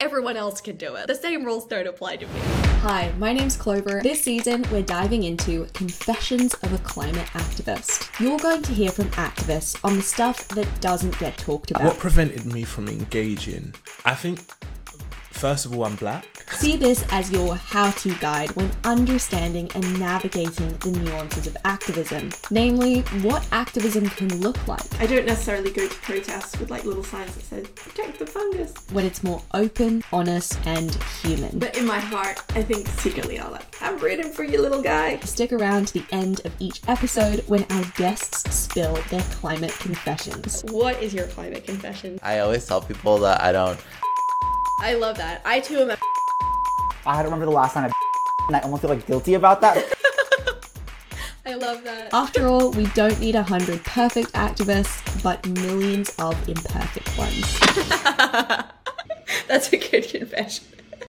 everyone else can do it. The same rules don't apply to me. Hi, my name's Clover. This season, we're diving into Confessions of a Climate Activist. You're going to hear from activists on the stuff that doesn't get talked What about. prevented me from engaging? I think, first of all, I'm black. See this as your how to guide when understanding and navigating the nuances of activism, namely, what activism can look like I don't necessarily go to protests with like little signs that says protect the fungus. when it's more open, honest, and human. But in my heart, I think secretly I'll like, I'm rooting for you, little guy. Stick around to the end of each episode when our guests spill their climate confessions. What is your climate confession? I always tell people that I don't. I love that. I too am a I don't remember the last time I and I almost feel like guilty about that. I love that. After all, we don't need 100 perfect activists, but millions of imperfect ones. That's a good confession.